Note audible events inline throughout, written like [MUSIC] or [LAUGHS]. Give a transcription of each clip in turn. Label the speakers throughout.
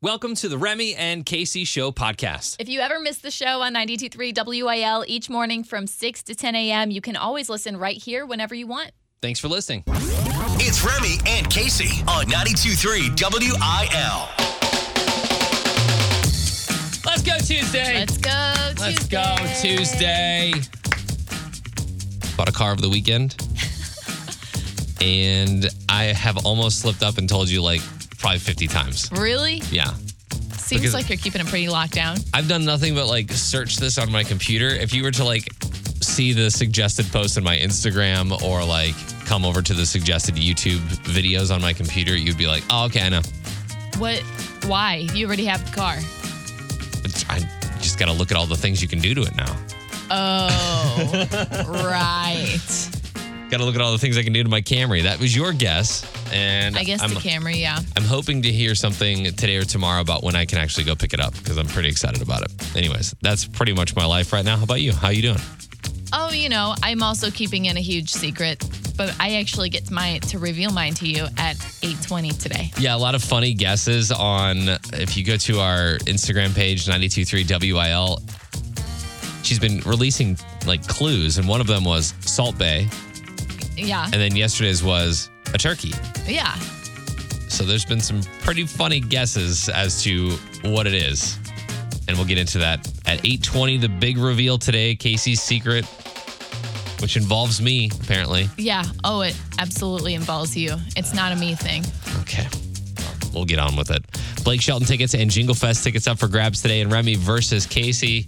Speaker 1: Welcome to the Remy and Casey Show podcast.
Speaker 2: If you ever miss the show on 92.3 WIL each morning from 6 to 10 a.m., you can always listen right here whenever you want.
Speaker 1: Thanks for listening.
Speaker 3: It's Remy and Casey on 92.3 WIL.
Speaker 1: Let's go Tuesday.
Speaker 2: Let's go Tuesday.
Speaker 1: Let's go Tuesday. Bought a car over the weekend. and I have almost slipped up and told you like probably 50 times.
Speaker 2: Really?
Speaker 1: Yeah.
Speaker 2: Seems
Speaker 1: Because-
Speaker 2: like you're keeping it pretty locked down.
Speaker 1: I've done nothing but like search this on my computer. If you were to like see the suggested posts on my Instagram or like come over to the suggested YouTube videos on my computer, you'd be like, oh, okay, I know.
Speaker 2: What? Why? You already have the car.
Speaker 1: It's- I just got to look at all the things you can do to it now. [LAUGHS]
Speaker 2: Oh, right.
Speaker 1: Got to look at all the things I can do to my Camry. That was your guess. And
Speaker 2: I guess
Speaker 1: I'm,
Speaker 2: the Camry, yeah.
Speaker 1: I'm hoping to hear something today or tomorrow about when I can actually go pick it up because I'm pretty excited about it. Anyways, that's pretty much my life right now. How about you? How you doing?
Speaker 2: Oh, you know, I'm also keeping in a huge secret, but I actually get my to reveal mine to you at 8:20 today.
Speaker 1: Yeah, a lot of funny guesses on if you go to our Instagram page, 923WIL. She's been releasing like clues, and one of them was Salt Bay,
Speaker 2: Yeah.
Speaker 1: and then yesterday's was a turkey.
Speaker 2: Yeah.
Speaker 1: So there's been some pretty funny guesses as to what it is. And we'll get into that at 8:20 the big reveal today, Casey's secret which involves me apparently.
Speaker 2: Yeah. Oh, it absolutely involves you. It's not a me thing.
Speaker 1: Okay. We'll get on with it. Blake Shelton tickets and Jingle Fest tickets up for grabs today and Remy versus Casey.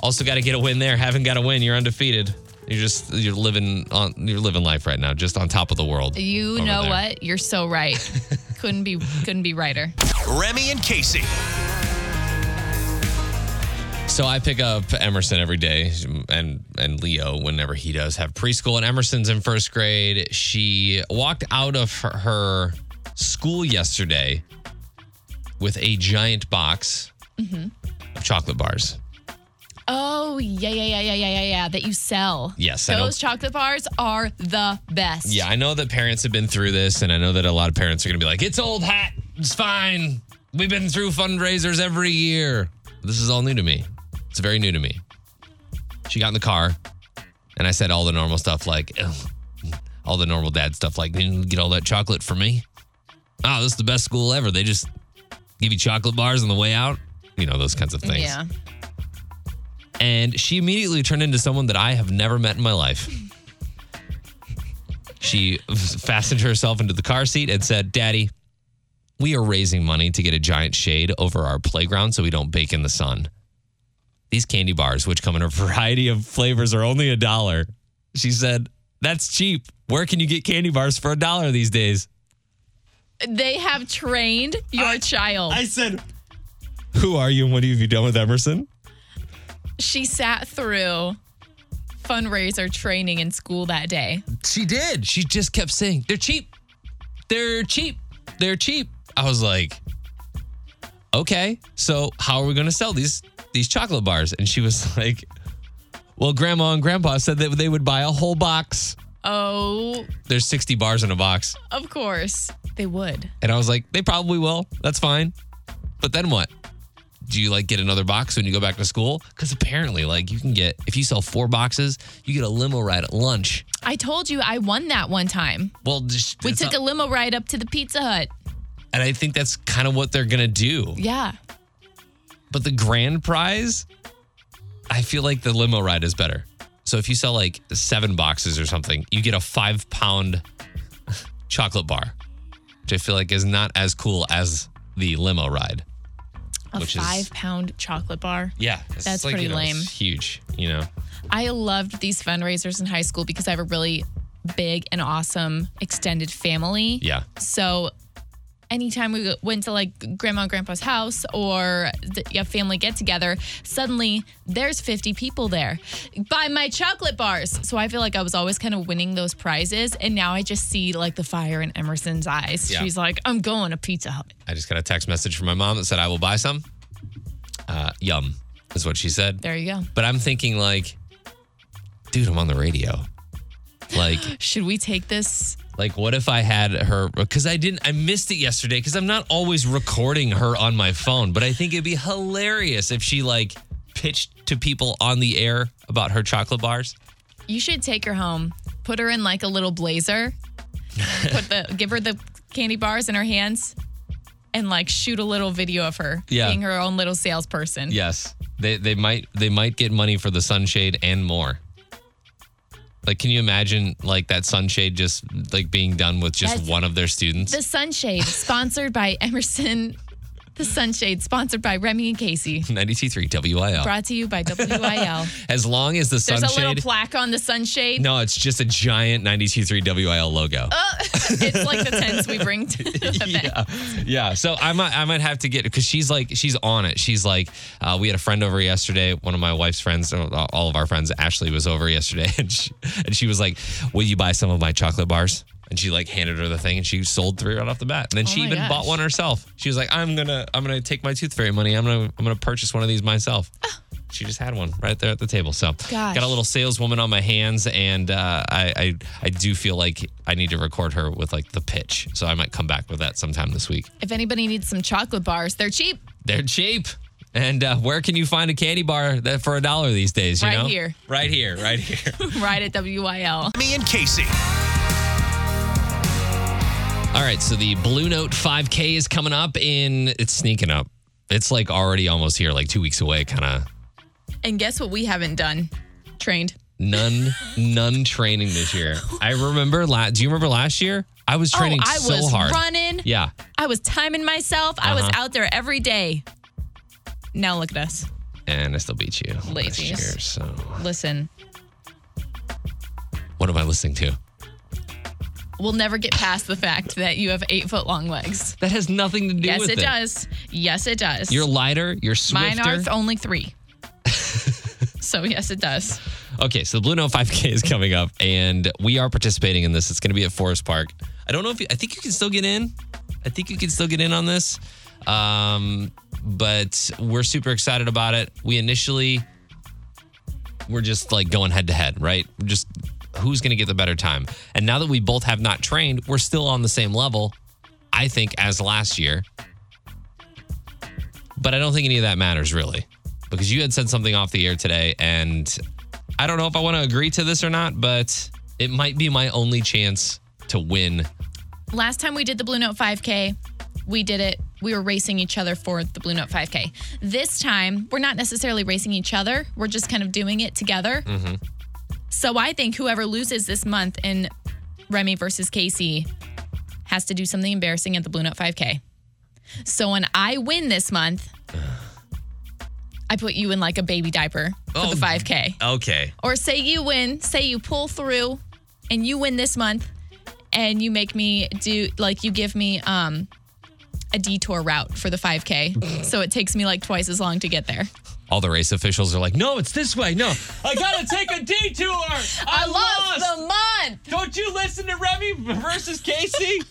Speaker 1: Also got to get a win there. Haven't got a win. You're undefeated. You're just you're living on you're living life right now, just on top of the world.
Speaker 2: You
Speaker 1: over
Speaker 2: know
Speaker 1: there.
Speaker 2: what? You're so right.
Speaker 1: [LAUGHS]
Speaker 2: couldn't be couldn't be righter.
Speaker 3: Remy and Casey.
Speaker 1: So I pick up Emerson every day, and and Leo whenever he does have preschool. And Emerson's in first grade. She walked out of her, her school yesterday with a giant box of chocolate bars.
Speaker 2: Oh, yeah, yeah, yeah, yeah, yeah, yeah, yeah. That you sell.
Speaker 1: Yes, I know.
Speaker 2: Those chocolate bars are the best.
Speaker 1: Yeah, I know that parents have been through this, and I know that a lot of parents are going to be like, "It's old hat. It's fine. We've been through fundraisers every year. This is all new to me. It's very new to me." She got in the car, and I said all the normal stuff, like "Ugh," all the normal dad stuff, like "They didn't get all that chocolate for me." Oh, this is the best school ever. They just give you chocolate bars on the way out. You know those kinds of things.
Speaker 2: Yeah.
Speaker 1: And she immediately turned into someone that I have never met in my life. she fastened herself into the car seat and said, Daddy, we are raising money to get a giant shade over our playground so we don't bake in the sun. These candy bars, which come in a variety of flavors, are only a dollar. She said, That's cheap. Where can you get candy bars for a dollar these days?
Speaker 2: They have trained your child.
Speaker 1: said, Who are you and what have you done with Emerson?
Speaker 2: she sat through fundraiser training in school that day.
Speaker 1: She did. She just kept saying, they're cheap. They're cheap. They're cheap. I was like, okay, so how are we going to sell these these chocolate bars? And she was [LAUGHS] like, well, grandma and grandpa said that they would buy a whole box.
Speaker 2: Oh,
Speaker 1: There's 60 bars in a box.
Speaker 2: of course. They would.
Speaker 1: And I was like, they probably will. That's fine. But then what? Do you like get another box when you go back to school? Because apparently, like you can get if you sell four boxes, you get a limo ride at lunch.
Speaker 2: I told you I won that one time.
Speaker 1: Well, just,
Speaker 2: We
Speaker 1: it's
Speaker 2: took
Speaker 1: not-
Speaker 2: a limo ride up to the Pizza Hut.
Speaker 1: and I think that's kind of what they're gonna do.
Speaker 2: Yeah.
Speaker 1: But the grand prize, I feel like the limo ride is better. So if you sell like seven boxes or something, you get a five pound chocolate bar, which I feel like is not as cool as the limo ride.
Speaker 2: A
Speaker 1: Which is-
Speaker 2: five pound chocolate bar.
Speaker 1: Yeah, it's
Speaker 2: That's
Speaker 1: like,
Speaker 2: pretty
Speaker 1: you know, it's
Speaker 2: lame.
Speaker 1: Huge, you know.
Speaker 2: I loved these fundraisers in high school because I have a really big and awesome extended family.
Speaker 1: Yeah,
Speaker 2: So anytime we went to like grandma and grandpa's house or the, a family get together, suddenly there's 50 people there. Buy my chocolate bars. So I feel like I was always kind of winning those prizes. And now I just see like the fire in Emerson's eyes.
Speaker 1: Yeah.
Speaker 2: She's like, I'm going to Pizza Hut.
Speaker 1: I just got a text message from my mom that said I will buy some. Uh, yum is what she said.
Speaker 2: There you go.
Speaker 1: But I'm thinking like, dude, I'm on the radio. Like,
Speaker 2: Should we take this?
Speaker 1: like what if I had her? Because I didn't, I missed it yesterday. Because I'm not always recording her on my phone, but I think it'd be hilarious if she like pitched to people on the air about her chocolate bars.
Speaker 2: You should take her home, put her in like a
Speaker 1: [LAUGHS]
Speaker 2: little blazer, put the give her the candy bars in her hands, and like shoot a little video of her
Speaker 1: Yeah.
Speaker 2: being her own little salesperson.
Speaker 1: Yes, they they might they might get money for the sunshade and more. Like, can you imagine like that sunshade just like being done with just
Speaker 2: That's-
Speaker 1: one of their students? [LAUGHS]
Speaker 2: The Sunshade, sponsored by Emerson. The Sunshade, sponsored by Remy and Casey.
Speaker 1: 92.3 WIL.
Speaker 2: Brought to you by
Speaker 1: [LAUGHS]
Speaker 2: WIL.
Speaker 1: As long as the
Speaker 2: There's a
Speaker 1: sunshade.
Speaker 2: little plaque on the Sunshade.
Speaker 1: no, it's just a giant 92.3 WIL logo.
Speaker 2: It's like the tents we bring
Speaker 1: [LAUGHS]
Speaker 2: to the event.
Speaker 1: yeah, yeah. So I might, I might have to get because she's like, she's on it. She's like, uh, we had a friend over yesterday. One of my wife's friends, uh, all of our friends. Ashley was over yesterday, [LAUGHS] and she, and she was like, "Will you buy some of my chocolate bars?" And she like handed her the thing, and she sold three right off the bat. And then she
Speaker 2: Oh my
Speaker 1: even
Speaker 2: gosh.
Speaker 1: bought one herself. She was like, "I'm gonna, I'm gonna take my tooth fairy money. I'm gonna, I'm gonna purchase one of these myself." She just had one right there at the table. So
Speaker 2: Gosh.
Speaker 1: got a little saleswoman on my hands, and uh, I, I I do feel like I need to record her with like the pitch. So I might come back with that sometime this week.
Speaker 2: If anybody needs some chocolate bars, they're cheap
Speaker 1: They're cheap. And uh, where can you find a candy bar that for a dollar these days? You
Speaker 2: Right
Speaker 1: know,
Speaker 2: here.
Speaker 1: right here, right here. [LAUGHS]
Speaker 2: right at WIL.
Speaker 3: Remy and Casey.
Speaker 1: All right, so the Blue Note 5K is coming up in. It's sneaking up. It's like already almost here, like two weeks away, kind of.
Speaker 2: And guess what we haven't done? Trained.
Speaker 1: None, none training this year. I remember last. Do you remember last year? I was training
Speaker 2: oh, I
Speaker 1: so
Speaker 2: was
Speaker 1: hard.
Speaker 2: running.
Speaker 1: Yeah.
Speaker 2: I was timing myself. I was
Speaker 1: Uh-huh.
Speaker 2: out there every day. Now look at us.
Speaker 1: and I still beat you last
Speaker 2: Lazies.
Speaker 1: year. So,
Speaker 2: Listen,
Speaker 1: what am I listening to?
Speaker 2: we'll never get past the fact that you have eight foot long legs.
Speaker 1: That has nothing to do
Speaker 2: Yes,
Speaker 1: with
Speaker 2: it,
Speaker 1: it.
Speaker 2: does. Yes, it does.
Speaker 1: You're lighter. You're
Speaker 2: Mine
Speaker 1: swifter.
Speaker 2: are th-
Speaker 1: [LAUGHS]
Speaker 2: only three. so, yes, it does.
Speaker 1: okay, so the Blue Note 5K is coming up, and we are participating in this. It's going to be at Forest Park. I don't know if you, I think you can still get in. I think you can still get in on this. Um, but we're super excited about it. We initially we're just like going head to head, right? We're Just who's going to get the better time. And now that we both have not trained, we're still on the same level, I think, as last year. But I don't think any of that matters really, because you had said something off the air today, and I don't know if I want to agree to this or not, but it might be my only chance to win.
Speaker 2: last time we did the Blue Note 5K, we did it. We were racing each other for the Blue Note 5K. This time, we're not necessarily racing each other. We're just kind of doing it together. So I think whoever loses this month in Remy versus Casey has to do something embarrassing at the Blue Note 5K. So when I win this month, I put you in like a baby diaper for
Speaker 1: Oh.
Speaker 2: the 5K
Speaker 1: Okay.
Speaker 2: or say you win, say you pull through and you win this month and you make me do like you give me um a detour route for the 5k so it takes me like twice as long to get there.
Speaker 1: All the race officials are like, no, it's this way. No, I got to take a detour. I,
Speaker 2: I lost, the month.
Speaker 1: Don't you listen to Remy versus Casey?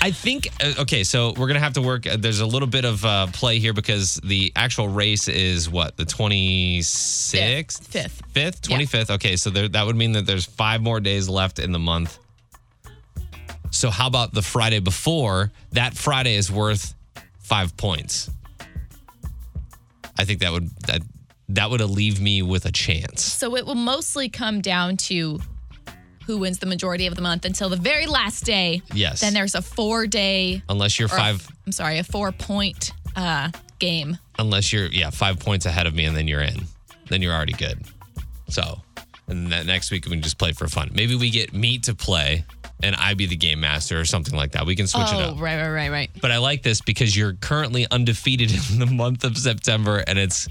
Speaker 1: I think uh, okay, so we're gonna have to work. uh, There's a little bit of uh, play here because the actual race is what the 26th,
Speaker 2: Fifth.
Speaker 1: fifth,
Speaker 2: Yeah.
Speaker 1: 25th. Okay, so there, that would mean that there's five more days left in the month. So how about the Friday before? That Friday is worth five points. I think that would that that would leave me with a chance.
Speaker 2: So it will mostly come down to who wins the majority of the month until the very last day.
Speaker 1: Yes.
Speaker 2: Then there's a 4 day
Speaker 1: Unless you're
Speaker 2: or a-
Speaker 1: five,
Speaker 2: I'm sorry, a 4 point uh game.
Speaker 1: unless you're yeah five points ahead of me and then you're in then you're already good so and that next week we can just play for fun maybe we get me to play and i be the game master or something like that we can switch it
Speaker 2: oh,
Speaker 1: up
Speaker 2: right, right, right, right.
Speaker 1: but i like this because you're currently undefeated [LAUGHS] in the month of september and it's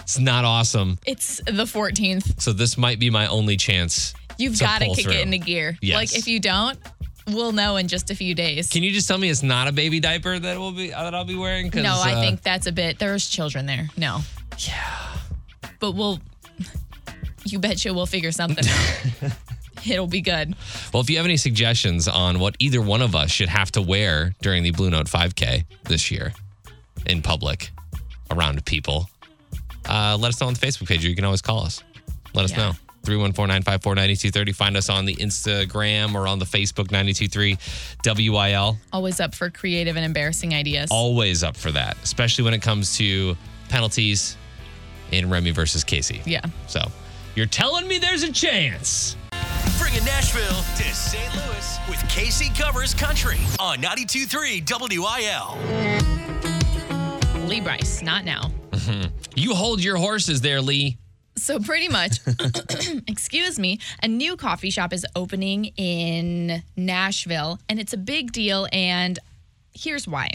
Speaker 1: it's not awesome
Speaker 2: It's the 14th.
Speaker 1: so this might be my only chance
Speaker 2: You've
Speaker 1: to
Speaker 2: got to
Speaker 1: pull
Speaker 2: kick
Speaker 1: through.
Speaker 2: it into gear.
Speaker 1: Yes.
Speaker 2: Like if you don't, we'll know in just a few days.
Speaker 1: can you just tell me it's not a baby diaper that will be that i'll be wearing 'Cause,
Speaker 2: no, I
Speaker 1: uh,
Speaker 2: think that's a bit. There's children there. No. Yeah. But we'll. You betcha we'll figure something out.
Speaker 1: [LAUGHS]
Speaker 2: It'll be good.
Speaker 1: Well, if you have any suggestions on what either one of us should have to wear during the Blue Note 5K this year in public around people, uh, let us know on the Facebook page or you can always call us. Let us
Speaker 2: Yeah.
Speaker 1: know. 314-954-9230. Find us on the Instagram or on the Facebook 923 WIL.
Speaker 2: Always up for creative and embarrassing ideas.
Speaker 1: Always up for that, especially when it comes to penalties in Remy versus Casey.
Speaker 2: yeah.
Speaker 1: So you're telling me there's a chance.
Speaker 3: Bringing Nashville to St. Louis with Casey Covers Country on 92.3 WIL.
Speaker 2: Lee Bryce, not now.
Speaker 1: You hold your horses there, Lee.
Speaker 2: So
Speaker 1: [LAUGHS]
Speaker 2: pretty much, [COUGHS] excuse me, a new coffee shop is opening in Nashville and it's a big deal and here's why.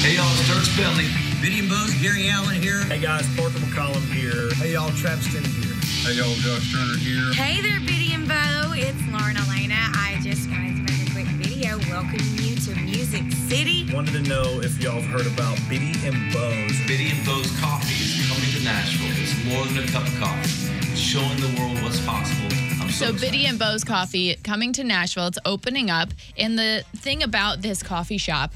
Speaker 4: Hey y'all, it's Dirk Bentley.
Speaker 5: Vinny and Bones, Gary Allen here.
Speaker 4: Hey guys, Parker McCollum here. Hey y'all, Travis Denny here. Hey y'all, Josh Turner here.
Speaker 6: Hey there, Biddy and Bo. It's Lauren Elena. I just wanted to make a quick video welcoming you to Music City.
Speaker 4: Wanted to know if y'all have heard about Biddy and Bo's.
Speaker 7: Biddy and Bo's Coffee is coming to Nashville. It's more than a cup of coffee. It's showing the world what's possible. I'm so,
Speaker 2: So
Speaker 7: excited.
Speaker 2: Biddy and Bo's Coffee coming to Nashville. It's opening up. And the thing about this coffee shop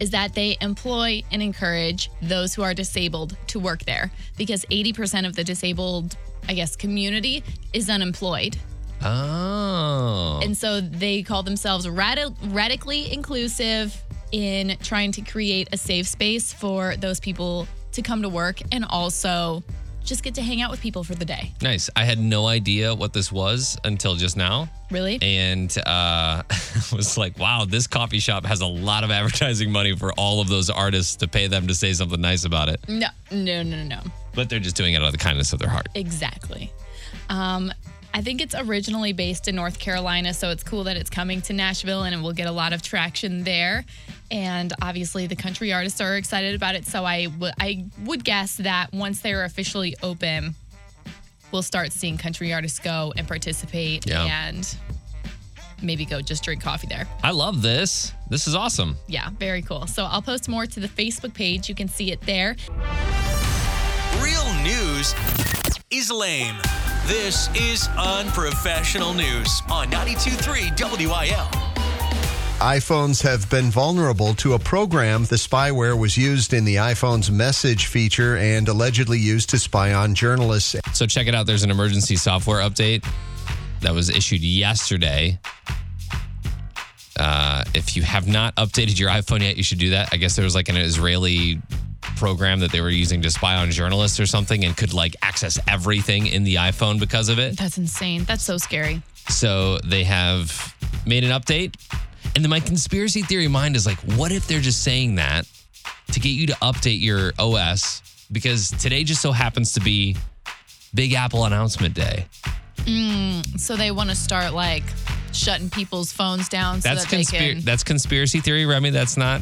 Speaker 2: is that they employ and encourage those who are disabled to work there because 80% of the disabled, I guess, community is unemployed.
Speaker 1: Oh.
Speaker 2: And so they call themselves radi- radically inclusive in trying to create a safe space for those people to come to work and also just get to hang out with people for the day.
Speaker 1: Nice. I had no idea what this was until just now.
Speaker 2: Really?
Speaker 1: And uh, [LAUGHS] was like, wow, this coffee shop has a lot of advertising money for all of those artists to pay them to say something nice about it.
Speaker 2: No, no, no, no, no.
Speaker 1: But they're just doing it out of the kindness of their heart.
Speaker 2: Exactly. Um, I think it's originally based in North Carolina, so it's cool that it's coming to Nashville and it will get a lot of traction there. And obviously, the country artists are excited about it. So I wou- I would guess that once they are officially open, we'll start seeing country artists go and participate
Speaker 1: Yeah.
Speaker 2: and maybe go just drink coffee there.
Speaker 1: I love this. This is awesome.
Speaker 2: Yeah, very cool. So I'll post more to the Facebook page. You can see it there.
Speaker 3: Real news is lame. This is unprofessional news on 92.3 WIL.
Speaker 8: iPhones have been vulnerable to a program. The spyware was used in the iPhone's message feature and allegedly used to spy on journalists.
Speaker 1: So check it out. There's an emergency software update that was issued yesterday. Uh, if you have not updated your iPhone yet, you should do that. I guess there was like an Israeli program that they were using to spy on journalists or something and could like access everything in the iPhone because of it.
Speaker 2: That's insane. That's so scary.
Speaker 1: So they have made an update. And then my conspiracy theory mind is like, what if they're just saying that to get you to update your OS? Because today just so happens to be Big Apple announcement day.
Speaker 2: So they want to start like shutting people's phones down so
Speaker 1: That's
Speaker 2: that they
Speaker 1: conspiracy.
Speaker 2: can.
Speaker 1: That's conspiracy theory, Remy. That's not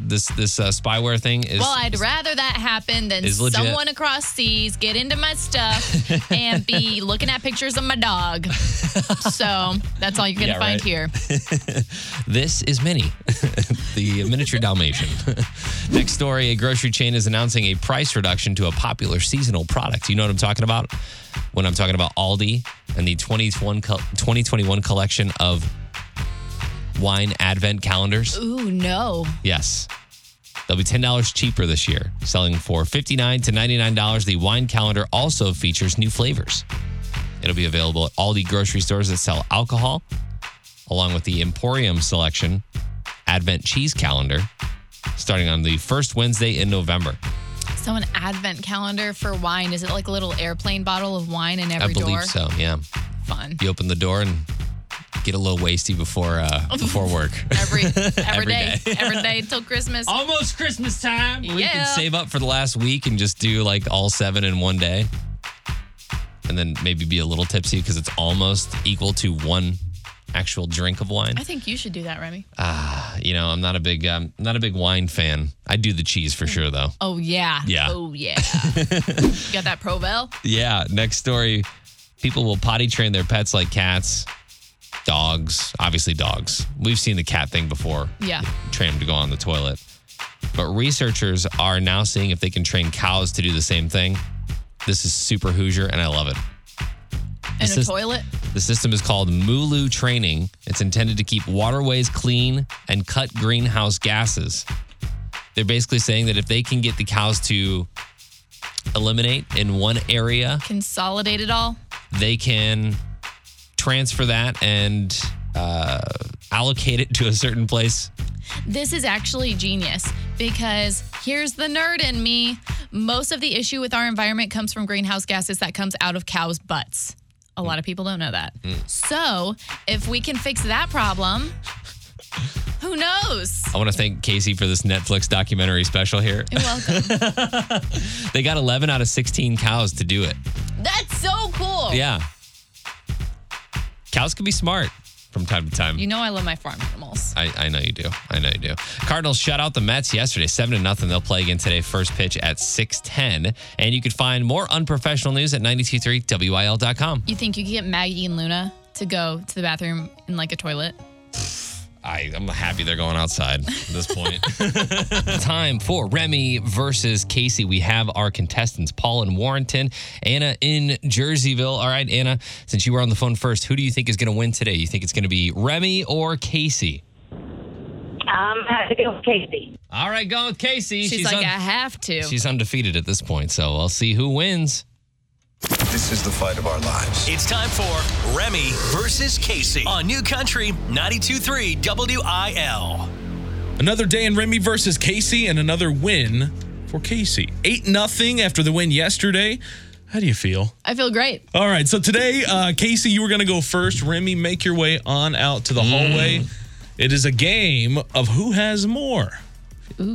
Speaker 1: this this uh, spyware thing. Is
Speaker 2: well, I'd rather that happen than
Speaker 1: Is legit.
Speaker 2: someone across seas get into my
Speaker 1: [LAUGHS]
Speaker 2: stuff and be looking at pictures of my dog. So that's all you're gonna
Speaker 1: Yeah,
Speaker 2: find
Speaker 1: right.
Speaker 2: here.
Speaker 1: This is Minnie, [LAUGHS] the miniature Dalmatian. [LAUGHS] Next story a grocery chain is announcing a price reduction to a popular seasonal product. You know what I'm talking about? When I'm talking about Aldi and the 2021 col- 2021 collection of wine advent calendars.
Speaker 2: Ooh no!
Speaker 1: Yes. They'll be $10 cheaper this year, selling for $59 to $99. The wine calendar also features new flavors. It'll be available at all the grocery stores that sell alcohol, along with the Emporium Selection Advent Cheese Calendar, starting on the first Wednesday in November.
Speaker 2: So an advent calendar for wine is it like a little airplane bottle of wine in every
Speaker 1: I believe
Speaker 2: door?
Speaker 1: so, yeah.
Speaker 2: Fun.
Speaker 1: You open the door and get a little wasty before
Speaker 2: [LAUGHS]
Speaker 1: uh, before work.
Speaker 2: Every every
Speaker 1: [LAUGHS] Every
Speaker 2: day,
Speaker 1: day.
Speaker 2: [LAUGHS] every day until Christmas.
Speaker 1: Almost Christmas time. We
Speaker 2: Yeah.
Speaker 1: can save up for the last week and just do like all seven in one day. And then maybe be a little tipsy because it's almost equal to one actual drink of wine.
Speaker 2: I think you should do that, Remy.
Speaker 1: Uh, You know, I'm not a big um, not a big wine fan. I do the cheese for sure though.
Speaker 2: Oh yeah.
Speaker 1: Yeah. [LAUGHS]
Speaker 2: Oh yeah. you got that Provel?
Speaker 1: Yeah, next story. People will potty train their pets like cats, dogs, obviously dogs. We've seen the cat thing before.
Speaker 2: Yeah.
Speaker 1: train them to go on the toilet. But researchers are now seeing if they can train cows to do the same thing. This is super Hoosier, and I love it.
Speaker 2: In
Speaker 1: This
Speaker 2: a
Speaker 1: is-
Speaker 2: toilet?
Speaker 1: The system is called Mulu Training. It's intended to keep waterways clean and cut greenhouse gases. They're basically saying that if they can get the cows to eliminate in one area,
Speaker 2: Consolidate it all.
Speaker 1: they can transfer that and uh, allocate it to a certain place.
Speaker 2: This is actually genius because here's the nerd in me. Most of the issue with our environment comes from greenhouse gases that comes out of cows' butts. A lot of people don't know that.
Speaker 1: Mm.
Speaker 2: So, if we can fix that problem, who knows?
Speaker 1: I want to thank Casey for this Netflix documentary special here. [LAUGHS]
Speaker 2: You're welcome.
Speaker 1: They got 11 out of 16 cows to do it.
Speaker 2: That's so cool.
Speaker 1: Yeah. Cows can be smart from time to time.
Speaker 2: You know I love my farm animals.
Speaker 1: I, I know you do. I know you do. Cardinals shut out the Mets yesterday, seven to nothing. They'll play again today, first pitch at six ten. And you can find more unprofessional news at 923wil.com.
Speaker 2: You think you could get Maggie and Luna to go to the bathroom in like a toilet?
Speaker 1: I, I'm happy they're going outside at this [LAUGHS] point. Time for Remy versus Casey. We have our contestants, Paul in Warrenton, Anna in Jerseyville. All right, Anna, since you were on the phone first, who do you think is going to win today? You think it's going to be Remy or Casey?
Speaker 9: Um, I have to go with Casey.
Speaker 1: All right, go with Casey.
Speaker 2: She's, like,
Speaker 1: un-
Speaker 2: I have to.
Speaker 1: she's undefeated at this point, so I'll see who wins.
Speaker 4: This is the fight of our lives.
Speaker 3: It's time for Remy versus Casey on New Country 92.3 WIL.
Speaker 10: Another day in Remy versus Casey, and another win for Casey. 8 nothing after the win yesterday. How do you feel?
Speaker 2: I feel great.
Speaker 10: All right, so today, uh, Casey, you were going to go first. Remy, make your way on out to the
Speaker 1: Mm.
Speaker 10: hallway. It is a game of who has more.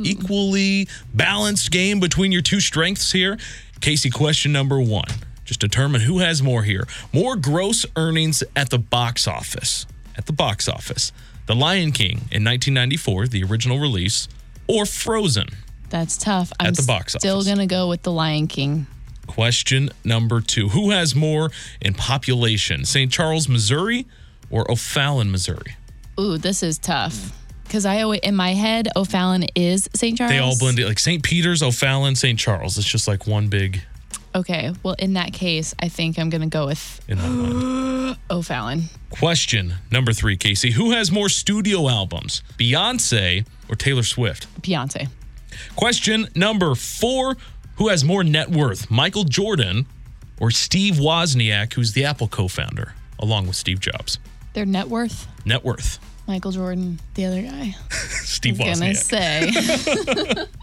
Speaker 10: Equally balanced game between your two strengths here. Casey, question number one. Just determine who has more here. More gross earnings at the box office. At the box office. The Lion King in 1994, the original release, or Frozen.
Speaker 2: That's tough. I'm
Speaker 10: At the box
Speaker 2: still
Speaker 10: office.
Speaker 2: gonna go with the Lion King.
Speaker 10: Question number two Who has more in population, St. Charles, Missouri or O'Fallon, Missouri?
Speaker 2: Ooh, this is tough. Because I always in my head, O'Fallon is St. Charles.
Speaker 10: They all blend it like St. Peter's, O'Fallon, St. Charles. It's just like one big
Speaker 2: Okay, well in that case, I think I'm gonna go with
Speaker 10: in that one.
Speaker 2: [GASPS] O'Fallon.
Speaker 10: Question number three, Casey Who has more studio albums, Beyonce or Taylor Swift?
Speaker 2: Beyonce.
Speaker 10: Question number four Who has more net worth, Michael Jordan or Steve Wozniak, who's the Apple co founder, along with Steve Jobs?
Speaker 2: Their net worth,
Speaker 10: Net worth,
Speaker 2: Michael Jordan, the other guy.
Speaker 10: Steve
Speaker 2: Gonna
Speaker 10: Wozniak.
Speaker 2: say. [LAUGHS]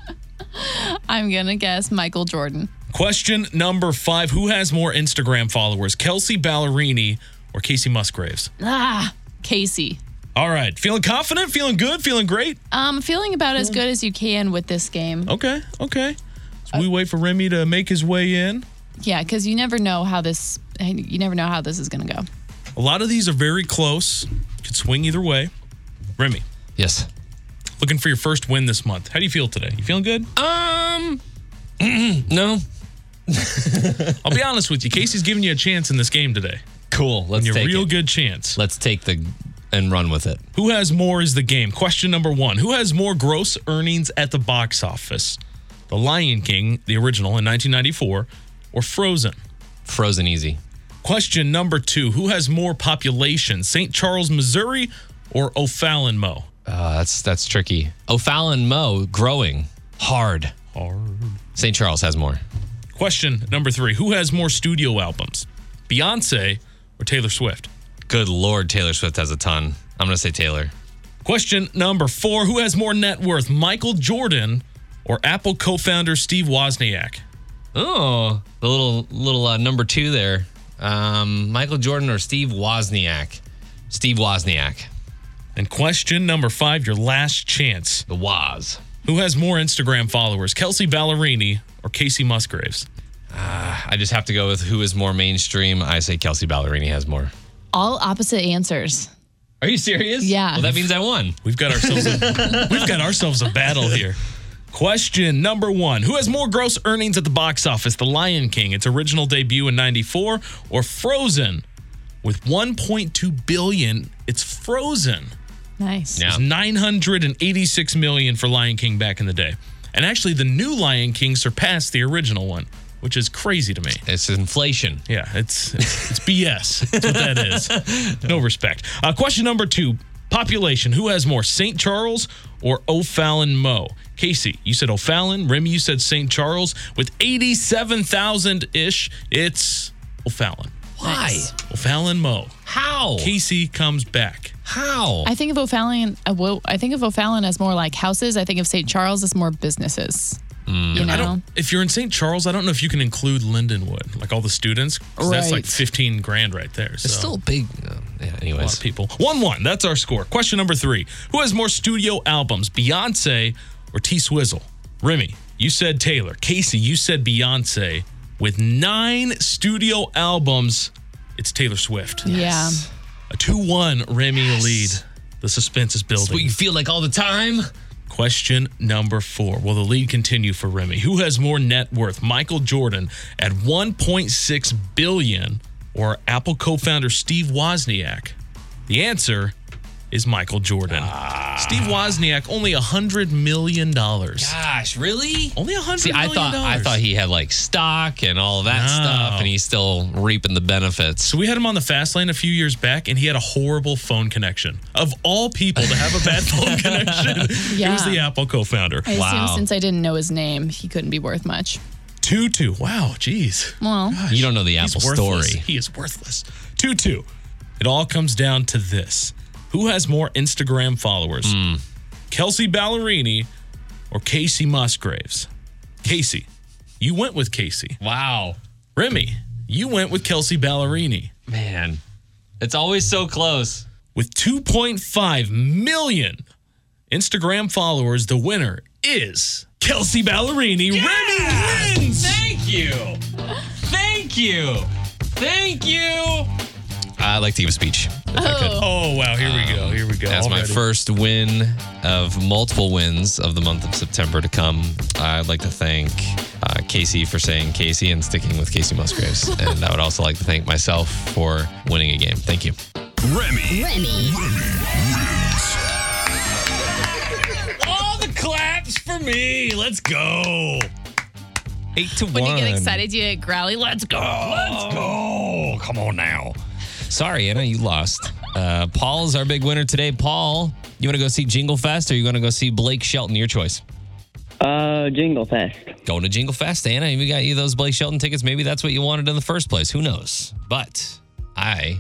Speaker 2: I'm gonna guess Michael Jordan.
Speaker 10: Question number five Who has more Instagram followers, Kelsey Ballerini or Casey Musgraves?
Speaker 2: Ah, Casey.
Speaker 10: All right. Feeling confident? Feeling good? Feeling great?
Speaker 2: Um, feeling about as good as you can with this game.
Speaker 10: Okay. Okay. So we wait for Remy to make his way in.
Speaker 2: Yeah, because you never know how this. You never know how this is gonna go.
Speaker 10: A lot of these are very close, could swing either way. Remy,
Speaker 1: Yes.
Speaker 10: looking for your first win this month. How do you feel today? You feeling good? [CLEARS THROAT]
Speaker 1: Um, no.
Speaker 10: [LAUGHS] I'll be honest with you. Casey's giving you a chance in this game today.
Speaker 1: Cool. Let's
Speaker 10: Your
Speaker 1: take
Speaker 10: real
Speaker 1: it.
Speaker 10: good chance.
Speaker 1: Let's take the and run with it.
Speaker 10: Who has more is the game. Question number one Who has more gross earnings at the box office? The Lion King, the original in 1994, or Frozen?
Speaker 1: Frozen easy.
Speaker 10: Question number two Who has more population, St. Charles, Missouri, or O'Fallon, Mo?
Speaker 1: Uh, that's that's tricky. O'Fallon Mo growing hard.
Speaker 10: Hard.
Speaker 1: St. Charles has more.
Speaker 10: Question number three Who has more studio albums, Beyonce or Taylor Swift?
Speaker 1: Good lord, Taylor Swift has a ton. I'm gonna say Taylor.
Speaker 10: Question number four Who has more net worth, Michael Jordan or Apple co founder Steve Wozniak?
Speaker 1: Oh, the little little uh, number two there. Um, Michael Jordan or Steve Wozniak? Steve Wozniak,
Speaker 10: And question number five, your last chance.
Speaker 1: the Woz.
Speaker 10: Who has more Instagram followers, Kelsey Ballerini or Casey Musgraves?
Speaker 1: Uh, I just have to go with who is more mainstream. I say Kelsey Ballerini has more.
Speaker 2: All opposite answers.
Speaker 1: Are you serious?
Speaker 2: Yeah.
Speaker 1: Well, that means I won.
Speaker 10: We've got ourselves a, we've got ourselves a battle here. Question number one: Who has more gross earnings at the box office, The Lion King, its original debut in '94, or Frozen, with 1.2 billion? It's Frozen.
Speaker 2: Nice.
Speaker 1: Yeah.
Speaker 10: It's 986 million for Lion King back in the day, and actually, the new Lion King surpassed the original one, which is crazy to me.
Speaker 1: It's inflation.
Speaker 10: Yeah, it's it's, it's BS. That's what that is. No respect. Uh, question number two:
Speaker 1: Population Who has more, St. Charles or O'Fallon Mo? Casey, you said O'Fallon. Remy, you said St. Charles. With 87,000 ish, it's O'Fallon.
Speaker 10: Why?
Speaker 1: O'Fallon Mo.
Speaker 10: How?
Speaker 1: Casey comes back.
Speaker 10: How?
Speaker 2: I think of O'Fallon. uh, wo- I think of O'Fallon as more like houses. I think of St. Charles as more businesses. You
Speaker 1: I
Speaker 2: know,
Speaker 1: don't. If you're in St. Charles, I don't know if you can include Lindenwood, like all the students. 'cause That's like
Speaker 2: Right.
Speaker 1: 15 grand right there. So.
Speaker 10: It's still big. uh, yeah,
Speaker 1: A lot of
Speaker 10: anyways.
Speaker 1: people. 1 1. That's our score. Question number three Who has more studio albums, Beyonce or T Swizzle? Remy, you said Taylor. Casey, you said Beyonce. With nine studio albums, it's Taylor Swift. A 2 1 Remy lead. The suspense is
Speaker 10: It's what
Speaker 1: building.
Speaker 10: you feel like all the time.
Speaker 1: Question number four. Will the lead continue for Remy? Who has more net worth, Michael Jordan at 1.6 billion or Apple co-founder Steve Wozniak? The answer is Michael Jordan.
Speaker 10: Ah.
Speaker 1: Steve Wozniak only 100 million dollars.
Speaker 10: Gosh, really?
Speaker 1: Only 100
Speaker 10: See, I
Speaker 1: million
Speaker 10: thought I
Speaker 1: dollars.
Speaker 10: thought he had like stock and all that
Speaker 1: No.
Speaker 10: stuff, and he's still reaping the benefits.
Speaker 1: So we had him on the fast lane a few years back, and he had a horrible phone connection. Of all people to have a bad
Speaker 10: [LAUGHS]
Speaker 1: phone connection, he was
Speaker 2: Yeah.
Speaker 1: the Apple co-founder.
Speaker 2: I
Speaker 10: Wow.
Speaker 2: assume since I didn't know his name, he couldn't be worth much.
Speaker 1: Two two. Wow, jeez.
Speaker 2: Well,
Speaker 10: You don't know the Apple
Speaker 1: worthless.
Speaker 10: story.
Speaker 1: He is worthless. 2 2. It all comes down to this who has more Instagram followers, Kelsey Ballerini or Casey Musgraves? Casey, you went with Casey.
Speaker 10: Wow,
Speaker 1: Remy, you went with Kelsey Ballerini.
Speaker 10: man, it's always so close.
Speaker 1: With 2.5 million Instagram followers, the winner is Kelsey Ballerini. Remy wins!
Speaker 10: Thank you, thank you, thank you. I like to give a speech. if I could.
Speaker 1: Oh, wow. Here we go. Here we go.
Speaker 10: That's my
Speaker 1: Already.
Speaker 10: first win of multiple wins of the month of September to come. I'd like to thank uh, Casey for saying Casey and sticking with
Speaker 2: [LAUGHS]
Speaker 10: Casey Musgraves. and I would also like to thank myself for winning a game. Thank you.
Speaker 11: Remy. Remy.
Speaker 1: All the claps for me. Let's go.
Speaker 10: Eight to
Speaker 2: when
Speaker 10: one.
Speaker 2: you get excited, you growly, let's go.
Speaker 10: Let's go. Come on now. Sorry, Anna, you lost. Uh, Paul's our big winner today. Paul, you want to go see Jingle Fest or you want to go see Blake Shelton? Your choice.
Speaker 12: Uh, Jingle Fest.
Speaker 10: going to Jingle Fest, Anna. If we got you those Blake Shelton tickets, maybe that's what you wanted in the first place. Who knows? But I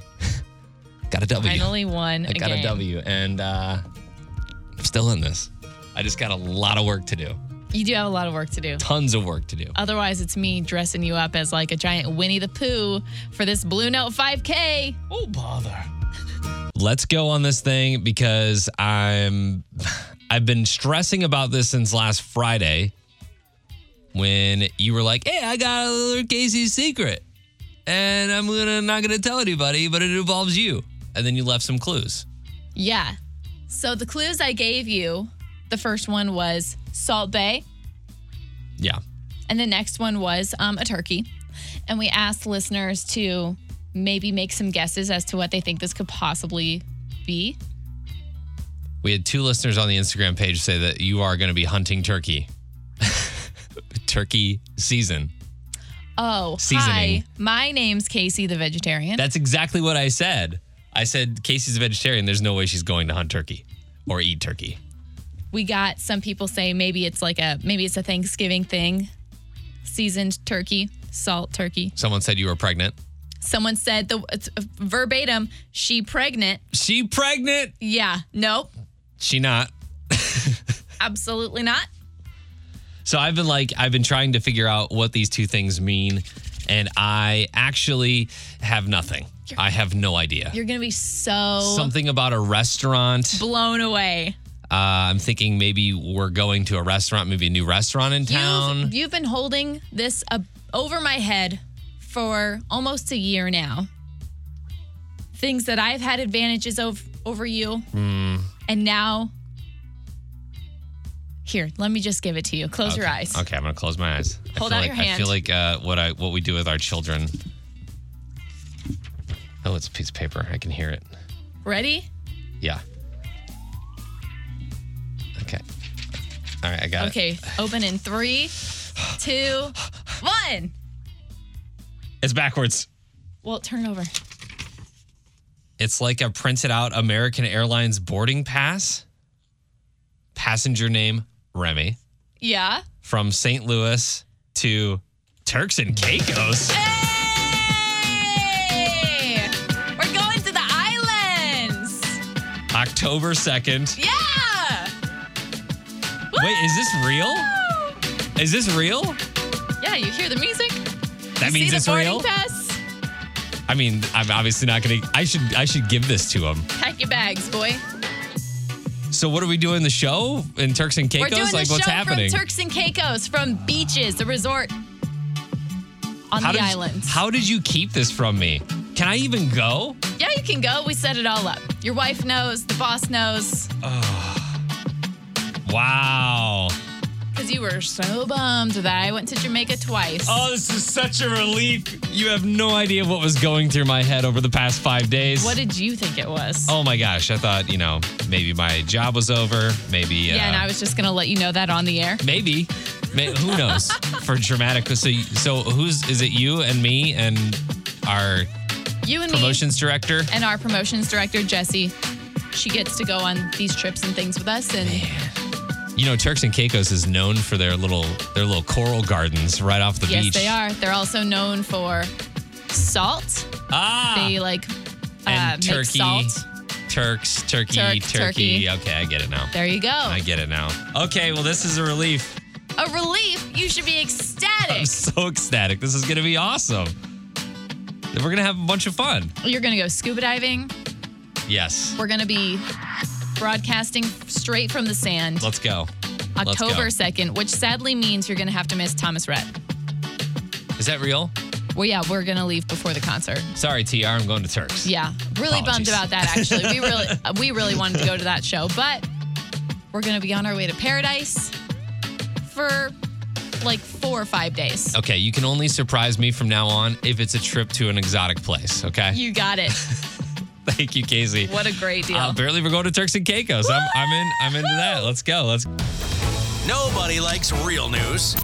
Speaker 10: [LAUGHS] got a W.
Speaker 2: Finally won.
Speaker 10: I got a
Speaker 2: game.
Speaker 10: W, and uh, I'm still in this. I just got a lot of work to do,
Speaker 2: You do have a lot of work to do.
Speaker 10: tons of work to do.
Speaker 2: Otherwise, it's me dressing you up as like a giant Winnie the Pooh for this Blue Note 5K.
Speaker 1: Oh, bother.
Speaker 10: Let's go on this thing because I'm I've been stressing about this since last Friday when you were like, "Hey, I got a little Casey's secret." And I'm gonna not gonna tell anybody, but it involves you. And then you left some clues.
Speaker 2: Yeah. So the clues I gave you, the first one was Salt Bay,
Speaker 10: Yeah.
Speaker 2: and the next one was um, a turkey. And we asked listeners to maybe make some guesses as to what they think this could possibly be.
Speaker 10: We had two listeners on the Instagram page say that you are going to be hunting turkey. [LAUGHS] turkey season.
Speaker 2: Oh,
Speaker 10: Seasoning.
Speaker 2: hi. My name's Casey the vegetarian.
Speaker 10: That's exactly what I said. I said Casey's a vegetarian. There's no way she's going to hunt turkey or eat turkey.
Speaker 2: we got some people say maybe it's like a maybe it's a Thanksgiving thing. Seasoned turkey, salt turkey.
Speaker 10: Someone said you were pregnant.
Speaker 2: Someone said the it's, uh, verbatim, she pregnant.
Speaker 10: She pregnant?
Speaker 2: Yeah, nope,
Speaker 10: She not.
Speaker 2: absolutely not.
Speaker 10: So I've been like, I've been trying to figure out what these two things mean, and I actually have nothing. I have no idea.
Speaker 2: You're gonna be so
Speaker 10: Something about a restaurant.
Speaker 2: blown away.
Speaker 10: Uh, I'm thinking maybe we're going to a restaurant, maybe a new restaurant in town.
Speaker 2: You've, you've been holding this up over my head for almost a year now. Things that I've had advantages of over you,
Speaker 10: Hmm.
Speaker 2: and now here, let me just give it to you. Close your eyes.
Speaker 10: Okay, I'm gonna close my eyes.
Speaker 2: Hold
Speaker 10: I feel
Speaker 2: out
Speaker 10: like
Speaker 2: your
Speaker 10: I
Speaker 2: hand.
Speaker 10: feel like uh, what I what we do with our children. Oh, it's a piece of paper. I can hear it.
Speaker 2: Ready?
Speaker 10: Yeah. Okay. All right, I got it.
Speaker 2: Okay, open in three, two, one.
Speaker 10: It's backwards.
Speaker 2: Well, turn it over.
Speaker 1: It's like a printed out American Airlines boarding pass. Passenger name Remy
Speaker 2: Yeah.
Speaker 1: from St. Louis to Turks and Caicos.
Speaker 2: Hey! We're going to the islands.
Speaker 1: October 2nd.
Speaker 2: Yeah.
Speaker 1: Wait, is this
Speaker 10: Oh.
Speaker 1: real? Is this real?
Speaker 2: Yeah, you hear the music?
Speaker 1: That
Speaker 2: you
Speaker 1: means
Speaker 2: see
Speaker 1: it's
Speaker 2: the boarding
Speaker 1: real?
Speaker 2: pass?
Speaker 1: I mean, I'm obviously not going to I should I should give this to him.
Speaker 2: Pack your bags, boy.
Speaker 1: So what are we doing the show in Turks and
Speaker 2: We're
Speaker 1: Caicos?
Speaker 2: doing
Speaker 1: like
Speaker 2: the
Speaker 1: what's
Speaker 2: show
Speaker 1: happening?
Speaker 2: from Turks and Caicos, from beaches, the resort on
Speaker 1: how
Speaker 2: the
Speaker 1: did,
Speaker 2: island.
Speaker 1: How did you keep this from me? Can I even go?
Speaker 2: Yeah, you can go. We set it all up. Your wife knows, the boss knows,
Speaker 1: Wow.
Speaker 2: because you were so bummed that I went to Jamaica twice.
Speaker 1: Oh, this is such a relief. You have no idea what was going through my head over the past five days.
Speaker 2: What did you think it was?
Speaker 1: Oh my gosh, I thought, you know, maybe my job was over. Maybe. uh,
Speaker 2: yeah. and I was just going to let you know that on the air.
Speaker 1: Maybe. May- who
Speaker 2: [LAUGHS]
Speaker 1: knows? For dramatic. So, so who's, is it you and me and our
Speaker 2: You and
Speaker 1: promotions director?
Speaker 2: me and our promotions director, Jessie, she gets to go on these trips and things with us. And
Speaker 1: You know, Turks and Caicos is known for their little, their little coral gardens right off the
Speaker 2: yes,
Speaker 1: beach.
Speaker 2: they are. They're also known for salt.
Speaker 1: Ah.
Speaker 2: They like uh,
Speaker 1: And
Speaker 2: make
Speaker 1: turkey.
Speaker 2: salt.
Speaker 1: Turks, turkey,
Speaker 2: Turk,
Speaker 1: turkey.
Speaker 2: turkey.
Speaker 1: Okay, I get it now.
Speaker 2: There you go.
Speaker 1: I get it now. Okay, well, this is a relief.
Speaker 2: A relief. You should be ecstatic.
Speaker 1: I'm so ecstatic. This is going to be awesome. We're going to have a bunch of fun.
Speaker 2: You're going to go scuba diving.
Speaker 1: Yes.
Speaker 2: We're going to be broadcasting straight from the sand
Speaker 1: Let's go. Let's go.
Speaker 2: October 2nd, which sadly means you're going to have to miss Thomas Rhett.
Speaker 1: Is that real?
Speaker 2: Well, yeah, we're going to leave before the concert.
Speaker 1: Sorry, TR, I'm going to Turks.
Speaker 2: Yeah, really bummed
Speaker 1: Apologies.
Speaker 2: about that. Actually,
Speaker 1: [LAUGHS]
Speaker 2: we really uh, we really wanted to go to that show, but we're gonna be on our way to paradise for like four or five days.
Speaker 1: Okay, you can only surprise me from now on if it's a trip to an exotic place, okay?
Speaker 2: You got
Speaker 1: [LAUGHS]
Speaker 2: it.
Speaker 1: Thank you, Casey.
Speaker 2: What a
Speaker 1: [LAUGHS]
Speaker 2: great deal.
Speaker 1: Uh, barely we're going to Turks and Caicos. I'm, I'm in. I'm into that. Let's go. Let's.
Speaker 3: Nobody likes real news.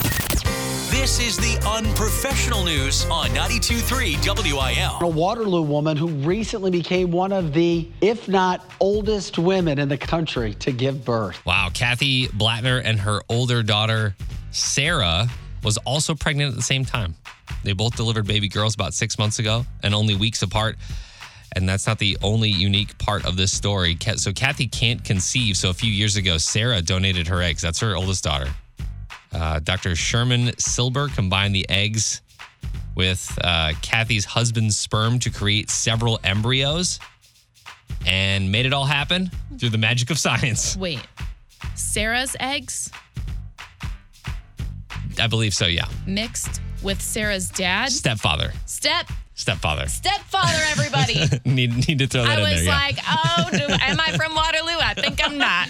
Speaker 3: This is the unprofessional news on 92.3 WIL.
Speaker 12: A Waterloo woman who recently became one of the, if not oldest women in the country to give birth.
Speaker 1: Wow, Kathy Blattner and her older daughter Sarah was also pregnant at the same time. They both delivered baby girls about six months ago and only weeks apart. And that's not the only unique part of this story. Ca- So Kathy can't conceive. So a few years ago, Sarah donated her eggs. That's her oldest daughter. Uh, Dr. Sherman Silber combined the eggs with uh, Kathy's husband's sperm to create several embryos and made it all happen through the magic of science.
Speaker 2: Wait, Sarah's eggs
Speaker 1: I believe so, yeah.
Speaker 2: Mm-hmm. mixed with Sarah's dad,
Speaker 1: Stepfather.
Speaker 2: step
Speaker 1: Stepfather. [LAUGHS]
Speaker 2: stepfather. Everybody,
Speaker 1: need, need to throw that
Speaker 2: I
Speaker 1: in there.
Speaker 2: was
Speaker 1: yeah.
Speaker 2: like, oh, do, am I
Speaker 1: [LAUGHS]
Speaker 2: from Waterloo? I think I'm not.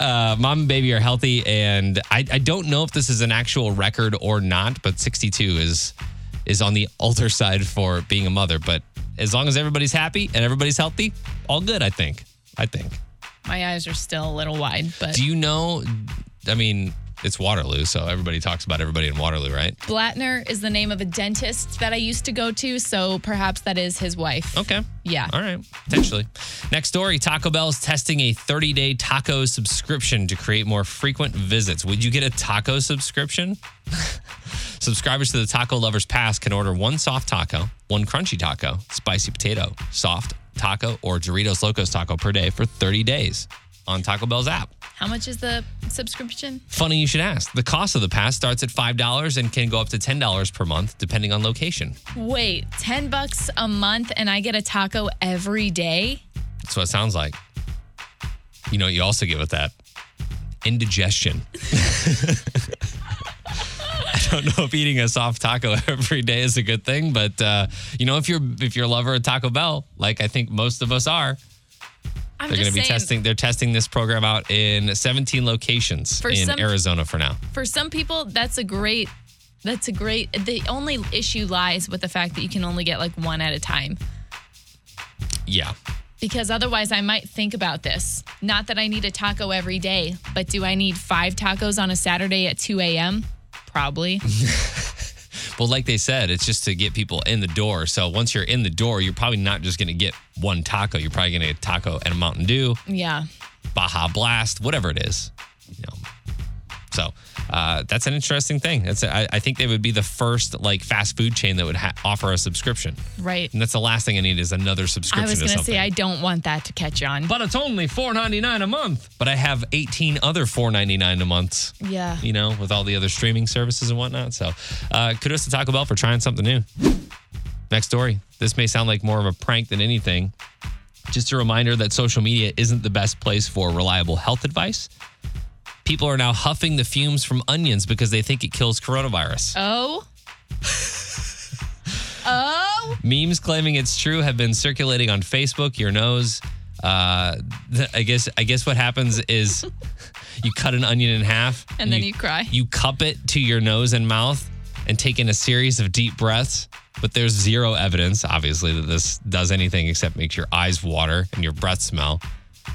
Speaker 1: uh, mom and baby are healthy, and I, I don't know if this is an actual record or not, but 62 is is on the older side for being a mother. But as long as everybody's happy and everybody's healthy, all good, I think. I think.
Speaker 2: My eyes are still a little wide, but
Speaker 1: Do you know? I mean, it's Waterloo, so everybody talks about everybody in Waterloo, right?
Speaker 2: Blattner is the name of a dentist that I used to go to, so perhaps that is his wife.
Speaker 1: Okay.
Speaker 2: Yeah.
Speaker 1: All right. Potentially. Next story Taco Bell is testing a 30 day taco subscription to create more frequent visits. Would you get a taco subscription? [LAUGHS] Subscribers to the Taco Lovers Pass can order one soft taco, one crunchy taco, spicy potato, soft taco, or Doritos Locos taco per day for 30 days on Taco Bell's app.
Speaker 2: How much is the subscription?
Speaker 1: Funny you should ask. The cost of the pass starts at $5 and can go up to $10 per month depending on location.
Speaker 2: Wait, 10 bucks a month and I get a taco every day?
Speaker 1: That's what it sounds like. You know what you also get with that? Indigestion. [LAUGHS] I don't know if eating a soft taco [LAUGHS] every day is a good thing, but uh, you know if you're if you're a lover of Taco Bell, like I think most of us are,
Speaker 2: I'm
Speaker 1: they're
Speaker 2: just
Speaker 1: to be
Speaker 2: saying,
Speaker 1: testing. They're testing this program out in 17 locations
Speaker 2: For
Speaker 1: in
Speaker 2: some-
Speaker 1: Arizona for now.
Speaker 2: for some people that's a great that's a great the only issue lies with the fact that you can only get like one at a time
Speaker 1: Yeah,
Speaker 2: because otherwise I might think about this. Not that I need a taco every day, but do I need 5 tacos on a Saturday at 2 a.m.? Probably.
Speaker 1: Well, like they said, it's just to get people in the door. So once you're in the door, you're probably not just going to get one taco. You're probably going to get a taco and a Mountain Dew,
Speaker 2: Yeah.
Speaker 1: Baja Blast, whatever it is. You know. So uh, that's an interesting thing. That's I, I think they would be the first like fast food chain that would ha- offer a subscription.
Speaker 2: Right.
Speaker 1: And that's the last thing I need is another
Speaker 2: I
Speaker 1: subscription
Speaker 2: was
Speaker 1: to
Speaker 2: going to
Speaker 1: something.
Speaker 2: say, I don't want that to catch on.
Speaker 1: But it's only four ninety nine a month. but I have 18 other 4.99 a month.
Speaker 2: Yeah.
Speaker 1: You know, with all the other streaming services and whatnot. So, uh, kudos to Taco Bell for trying something new. Next story. This may sound like more of a prank than anything. Just a reminder that social media isn't the best place for reliable health advice. People are now huffing the fumes from onions because they think it kills coronavirus.
Speaker 2: Oh. oh.
Speaker 1: Memes claiming it's true have been circulating on Facebook. Your nose. Uh, th- I guess. I guess what happens is [LAUGHS] you cut an onion in half,
Speaker 2: And then you cry.
Speaker 1: You cup it to your nose and mouth, and take in a series of deep breaths. But there's zero evidence, obviously, that this does anything except makes your eyes water and your breath smell.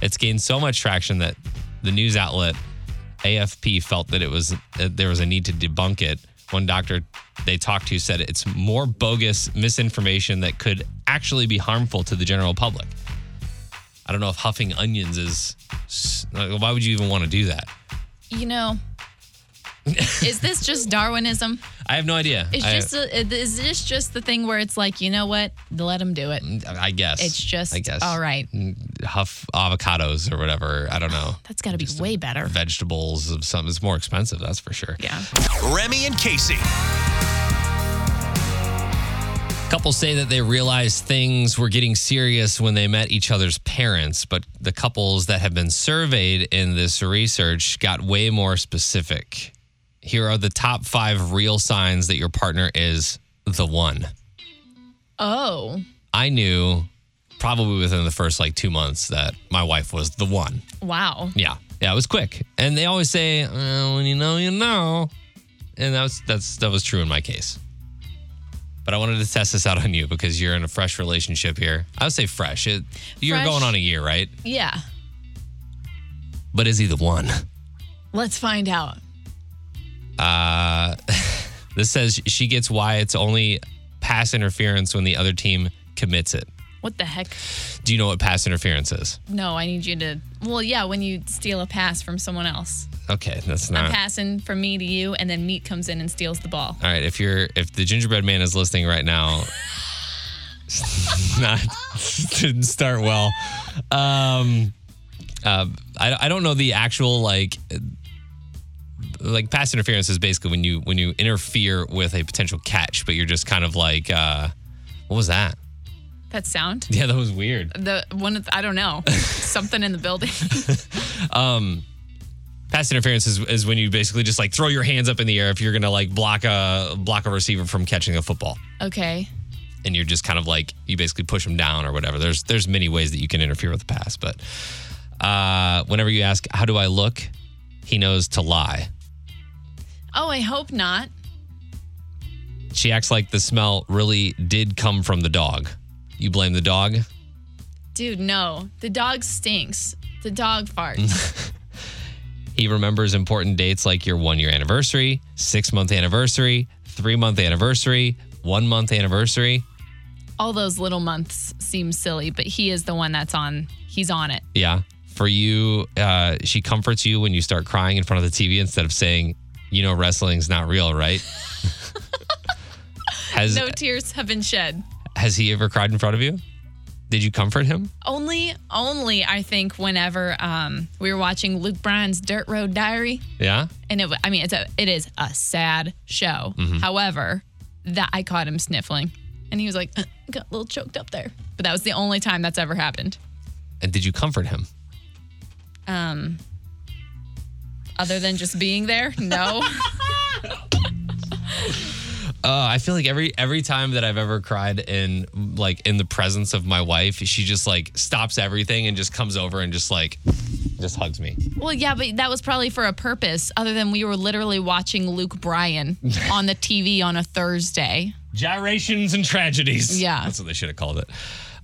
Speaker 1: It's gained so much traction that the news outlet AFP felt that it was that there was a need to debunk it. One doctor they talked to said it's more bogus misinformation that could actually be harmful to the general public. I don't know if huffing onions is. s- Like, why would you even want to do that?
Speaker 2: You know, is this just Darwinism?
Speaker 1: I have no idea.
Speaker 2: It's
Speaker 1: I,
Speaker 2: just a, is this just the thing where it's like, you know what? Let them do it.
Speaker 1: I guess
Speaker 2: It's just
Speaker 1: Mm, I guess Mm,
Speaker 2: all right.
Speaker 1: huff avocados or whatever. I don't know.
Speaker 2: That's got to be way better.
Speaker 1: Vegetables of something. It's more expensive, that's for sure.
Speaker 2: Yeah.
Speaker 3: Remy and Casey.
Speaker 1: Couples say that they realized things were getting serious when they met each other's parents, but the couples that have been surveyed in this research got way more specific. Here are the top five real signs that your partner is the one.
Speaker 2: Oh,
Speaker 1: I knew probably within the first like two months that my wife was the one.
Speaker 2: wow.
Speaker 1: Yeah. Yeah, it was quick. And they always say, uh, when you know, you know. And that was, that's, that was true in my case. But I wanted to test this out on you because you're in a fresh relationship here. I would say fresh. It, you're
Speaker 2: Fresh.
Speaker 1: going on a year, right?
Speaker 2: Yeah.
Speaker 1: But is he the one?
Speaker 2: Let's find out.
Speaker 1: Uh, this says she gets why it's only pass interference when the other team commits it.
Speaker 2: What the heck?
Speaker 1: Do you know what pass interference is?
Speaker 2: No, I need you to. Well, yeah, when you steal a pass from someone else,
Speaker 1: Okay, that's
Speaker 2: I'm
Speaker 1: not.
Speaker 2: passing from me to you, and then Meat comes in and steals the ball.
Speaker 1: All right, if you're if the gingerbread man is listening right now, [LAUGHS] not [LAUGHS] didn't start well. Um, uh, I I don't know the actual like uh, like pass interference is basically when you when you interfere with a potential catch, but you're just kind of like uh, what was that? [LAUGHS]
Speaker 2: That sound?
Speaker 1: Yeah, that was weird.
Speaker 2: The one of the- I
Speaker 1: [LAUGHS]
Speaker 2: don't know. Something in the building. [LAUGHS]
Speaker 1: Um, pass interference is, is when you basically just like throw your hands up in the air if you're gonna like block a block a receiver from catching a football.
Speaker 2: Okay.
Speaker 1: and you're just kind of like you basically push them down or whatever. There's there's many ways that you can interfere with the pass, but uh, whenever you ask how do I look, he knows to lie.
Speaker 2: Oh, I hope not.
Speaker 1: She acts like the smell really did come from the dog. You blame the dog.
Speaker 2: Dude, no. The dog stinks. The dog farts.
Speaker 1: He remembers important dates like your one year anniversary, six month anniversary, three month anniversary, one month anniversary.
Speaker 2: All those little months seem silly, but he is the one that's on. He's on it.
Speaker 1: Yeah. For you, uh, she comforts you when you start crying in front of the TV instead of saying, you know, wrestling's not real, right? has,
Speaker 2: no tears have been shed.
Speaker 1: has he ever cried in front of you? Did you comfort him?
Speaker 2: Only, only I think whenever um, we were watching Luke Bryan's Dirt Road Diary,
Speaker 1: Yeah.
Speaker 2: and it, wa- I mean, it's a, it is a sad show.
Speaker 1: Mhm.
Speaker 2: However, that I caught him sniffling, and he was like, "Uh, got a little choked up there. But that was the only time that's ever happened.
Speaker 1: And did you comfort him?
Speaker 2: Um, other than just being there, no.
Speaker 1: Uh, I feel like every every time that I've ever cried in like in the presence of my wife, she just like stops everything and just comes over and just like just hugs me.
Speaker 2: well, yeah, but that was probably for a purpose. Other than we were literally watching Luke
Speaker 1: [LAUGHS]
Speaker 2: Bryan on the TV on a Thursday.
Speaker 1: gyrations and tragedies.
Speaker 2: Yeah.
Speaker 1: that's what they should have called it.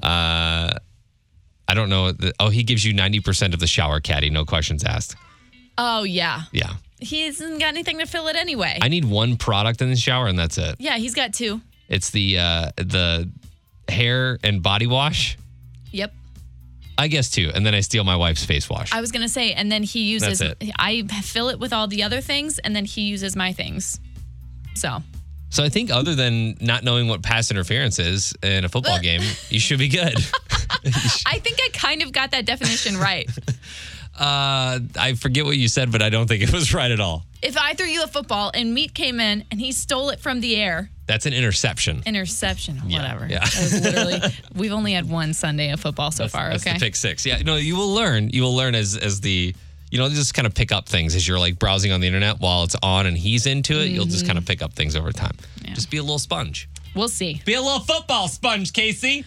Speaker 1: Uh, I don't know. what the- Oh, he gives you ninety percent of the shower caddy, no questions asked.
Speaker 2: Oh yeah,
Speaker 1: Yeah,
Speaker 2: He hasn't got anything to fill it anyway.
Speaker 1: I need one product in the shower and that's it.
Speaker 2: yeah, he's got two.
Speaker 1: It's the uh the hair and body wash.
Speaker 2: Yep.
Speaker 1: I guess two, and then I steal my wife's face wash.
Speaker 2: I was gonna say, and then he uses.
Speaker 1: That's it.
Speaker 2: I fill it with all the other things, and then he uses my things. So
Speaker 1: So I think other than not knowing what pass interference is in a
Speaker 2: [LAUGHS]
Speaker 1: football game, you should be good.
Speaker 2: I think I kind of got that
Speaker 1: [LAUGHS]
Speaker 2: definition right.
Speaker 1: Uh, I forget what you said, but I don't think it was right at all.
Speaker 2: if I threw you a football and Meat came in and he stole it from the air,
Speaker 1: That's an interception.
Speaker 2: interception,
Speaker 1: Yeah,
Speaker 2: whatever.
Speaker 1: yeah.
Speaker 2: That was
Speaker 1: [LAUGHS]
Speaker 2: literally. we've only had one Sunday of football so far.
Speaker 1: That's the
Speaker 2: okay.
Speaker 1: pick six. Yeah, no, you will learn. You will learn as as the you know just kind of pick up things as you're like browsing on the internet while it's on and he's into it. You'll just
Speaker 2: Mhm.
Speaker 1: kind of pick up things over time. Just be a little sponge.
Speaker 2: We'll see.
Speaker 1: Be a little football sponge, Casey.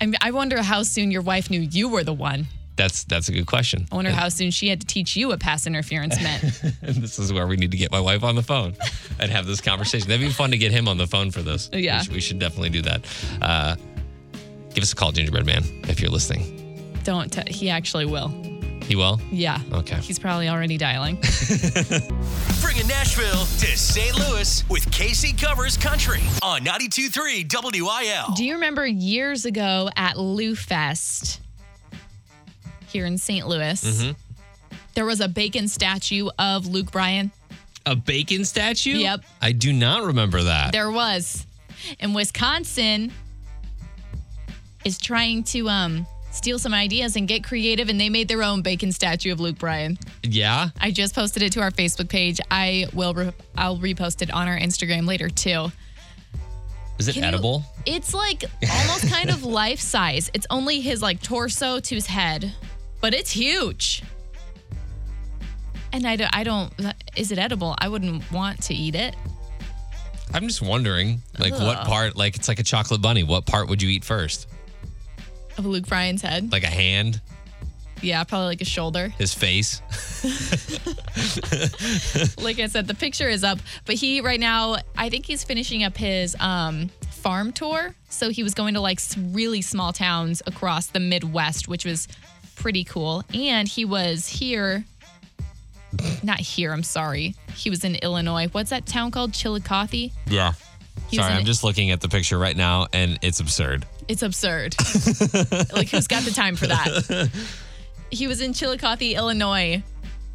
Speaker 2: I, mean, I wonder how soon your wife knew you were the one.
Speaker 1: That's that's a good question.
Speaker 2: I wonder how soon she had to teach you what pass interference meant.
Speaker 1: And [LAUGHS] this is where we need to get my wife on the [LAUGHS] phone and have this conversation. That'd be fun to get him on the phone for this.
Speaker 2: Yeah.
Speaker 1: We should, we should definitely do that. Uh, give us a call, Gingerbread Man, if you're listening.
Speaker 2: Don't. T- he actually will.
Speaker 1: He will?
Speaker 2: Yeah.
Speaker 1: Okay.
Speaker 2: He's probably already dialing.
Speaker 3: Bringing Nashville to St. Louis with Casey Covers Country on 92.3 WIL.
Speaker 2: Do you remember years ago at Lou Fest here in St. Louis? There was a bacon statue of Luke Bryan.
Speaker 1: A bacon statue?
Speaker 2: Yep.
Speaker 1: I do not remember that.
Speaker 2: There was. And Wisconsin is trying to um, steal some ideas and get creative, and they made their own bacon statue of Luke Bryan.
Speaker 1: Yeah.
Speaker 2: I just posted it to our Facebook page. I will re- I'll repost it on our Instagram later too.
Speaker 1: Is it
Speaker 2: Can you-
Speaker 1: edible?
Speaker 2: It's like almost kind of life size. It's only his like torso to his head, but it's huge. And I don't, I don't, is it edible? I wouldn't want to eat it.
Speaker 1: I'm just wondering, like, what
Speaker 2: Ugh.
Speaker 1: part, like, it's like a chocolate bunny. What part would you eat first?
Speaker 2: Of Luke Bryan's head.
Speaker 1: Like a hand,
Speaker 2: yeah, probably like a shoulder.
Speaker 1: his face? [LAUGHS]
Speaker 2: [LAUGHS] like I said, the picture is up, but he right now, I think he's finishing up his um, farm tour. So he was going to like s- really small towns across the Midwest, which was pretty cool. And he was here, not here, I'm sorry. He was in Illinois. What's that town called? Chillicothe?
Speaker 1: Yeah.
Speaker 2: He's
Speaker 1: Sorry,
Speaker 2: in
Speaker 1: I'm
Speaker 2: it.
Speaker 1: just looking at the picture right now, and it's absurd.
Speaker 2: It's absurd. [LAUGHS] like, who's got the time for that? He was in Chillicothe, Illinois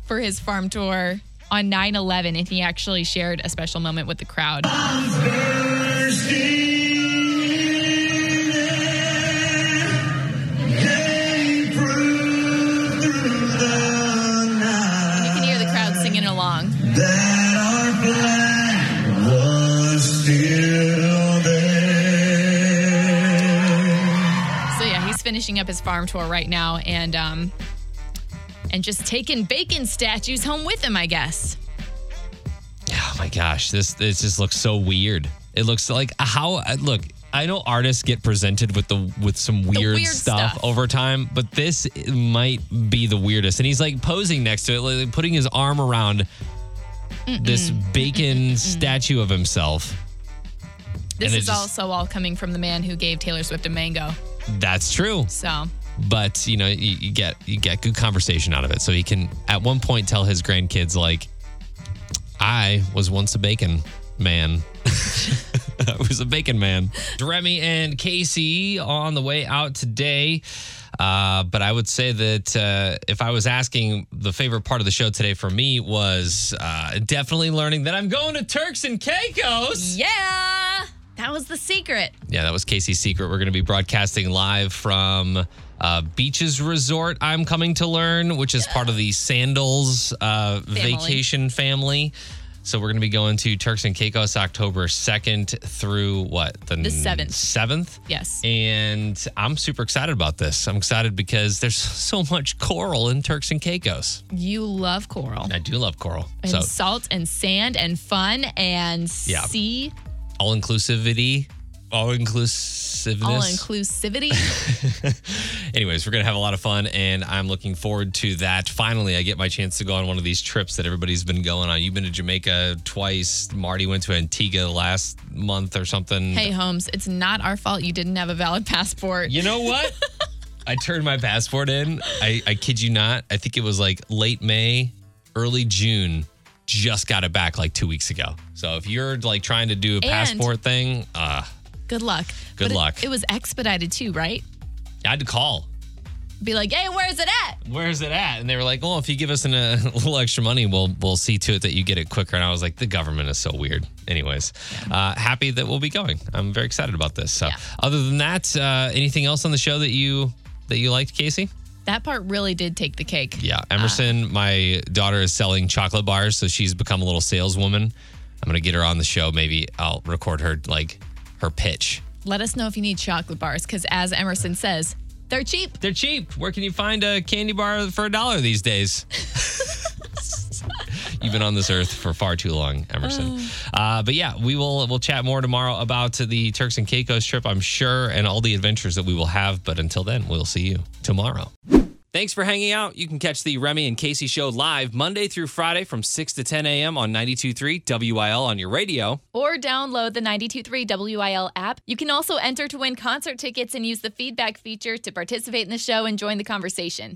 Speaker 2: for his farm tour on 9 11, and he actually shared a special moment with the crowd. You can hear the crowd singing along. So yeah, he's finishing up his farm tour right now, and um, and just taking bacon statues home with him, I guess.
Speaker 1: Oh my gosh, this this just looks so weird. It looks like how I- look. I know artists get presented with the with some weird,
Speaker 2: weird
Speaker 1: stuff,
Speaker 2: stuff.
Speaker 1: over time, but this might be the weirdest. And he's like posing next to it, like putting his arm around this bacon statue of himself.
Speaker 2: This
Speaker 1: And it
Speaker 2: is
Speaker 1: just-
Speaker 2: also all coming from the man who gave Taylor Swift a mango.
Speaker 1: That's true.
Speaker 2: So
Speaker 1: but you know you, you get you get good conversation out of it so he can at one point tell his grandkids like i was once a bacon man [LAUGHS] i was a bacon man remy and casey on the way out today uh, but i would say that uh, if i was asking the favorite part of the show today for me was uh, definitely learning that i'm going to turks and caicos
Speaker 2: yeah, that was the secret.
Speaker 1: yeah, that was Casey's secret. We're going to be broadcasting live from uh, Beaches Resort. I'm coming to learn, which is part of the Sandals uh,
Speaker 2: Family.
Speaker 1: vacation family. So we're going to be going to Turks and Caicos October 2nd through what?
Speaker 2: The 7th.
Speaker 1: 7th.
Speaker 2: Yes.
Speaker 1: And I'm super excited about this. I'm excited because there's [LAUGHS] so much coral in Turks and Caicos.
Speaker 2: You love coral
Speaker 1: I do love coral.
Speaker 2: and
Speaker 1: so
Speaker 2: salt and sand and fun and
Speaker 1: Yeah.
Speaker 2: sea
Speaker 1: all inclusivity, all inclusiveness.
Speaker 2: all inclusivity.
Speaker 1: [LAUGHS] Anyways, we're going to have a lot of fun, and I'm looking forward to that. Finally, I get my chance to go on one of these trips that everybody's been going on. You've been to Jamaica twice. Marty went to Antigua last month or something.
Speaker 2: hey Holmes, it's not our fault you didn't have a valid passport.
Speaker 1: You know
Speaker 2: [LAUGHS]
Speaker 1: what? I turned my passport in. I, I kid you not. I think it was like late May, early June. Just got it back like two weeks ago. So if you're like trying to do a
Speaker 2: And-
Speaker 1: passport thing, uh,
Speaker 2: Good luck.
Speaker 1: Good
Speaker 2: it-
Speaker 1: luck.
Speaker 2: It, was expedited too, right?
Speaker 1: I had to call.
Speaker 2: Be like, hey, where's it at?
Speaker 1: Where's it at? And they were like, "Well, if you give us an, uh, [LAUGHS] a little extra money, we'll we'll see to it that you get it quicker." And I was like, "The government is so weird." Anyways, uh, happy that we'll be going. I'm very excited about this. So, other than that, uh, anything else on the show that you that you liked, Casey?
Speaker 2: That part really did take the cake.
Speaker 1: Yeah, Emerson, my daughter is selling chocolate bars, so she's become a little saleswoman. I'm gonna get her on the show. Maybe I'll record her like her pitch.
Speaker 2: Let us know if you need chocolate bars because, as Emerson says, they're cheap.
Speaker 1: They're cheap. Where can you find a candy bar for a dollar these days? You've been on this earth for far too long, Emerson. Uh, but yeah, we will we'll chat more tomorrow about the Turks and Caicos trip, I'm sure, and all the adventures that we will have. But until then, we'll see you tomorrow. Thanks for hanging out. You can catch the Remy and Casey show live Monday through Friday from 6 to 10 a.m. on 92.3 WIL on your radio.
Speaker 2: Or download the 923 WIL app. You can also enter to win concert tickets and use the feedback feature to participate in the show and join the conversation.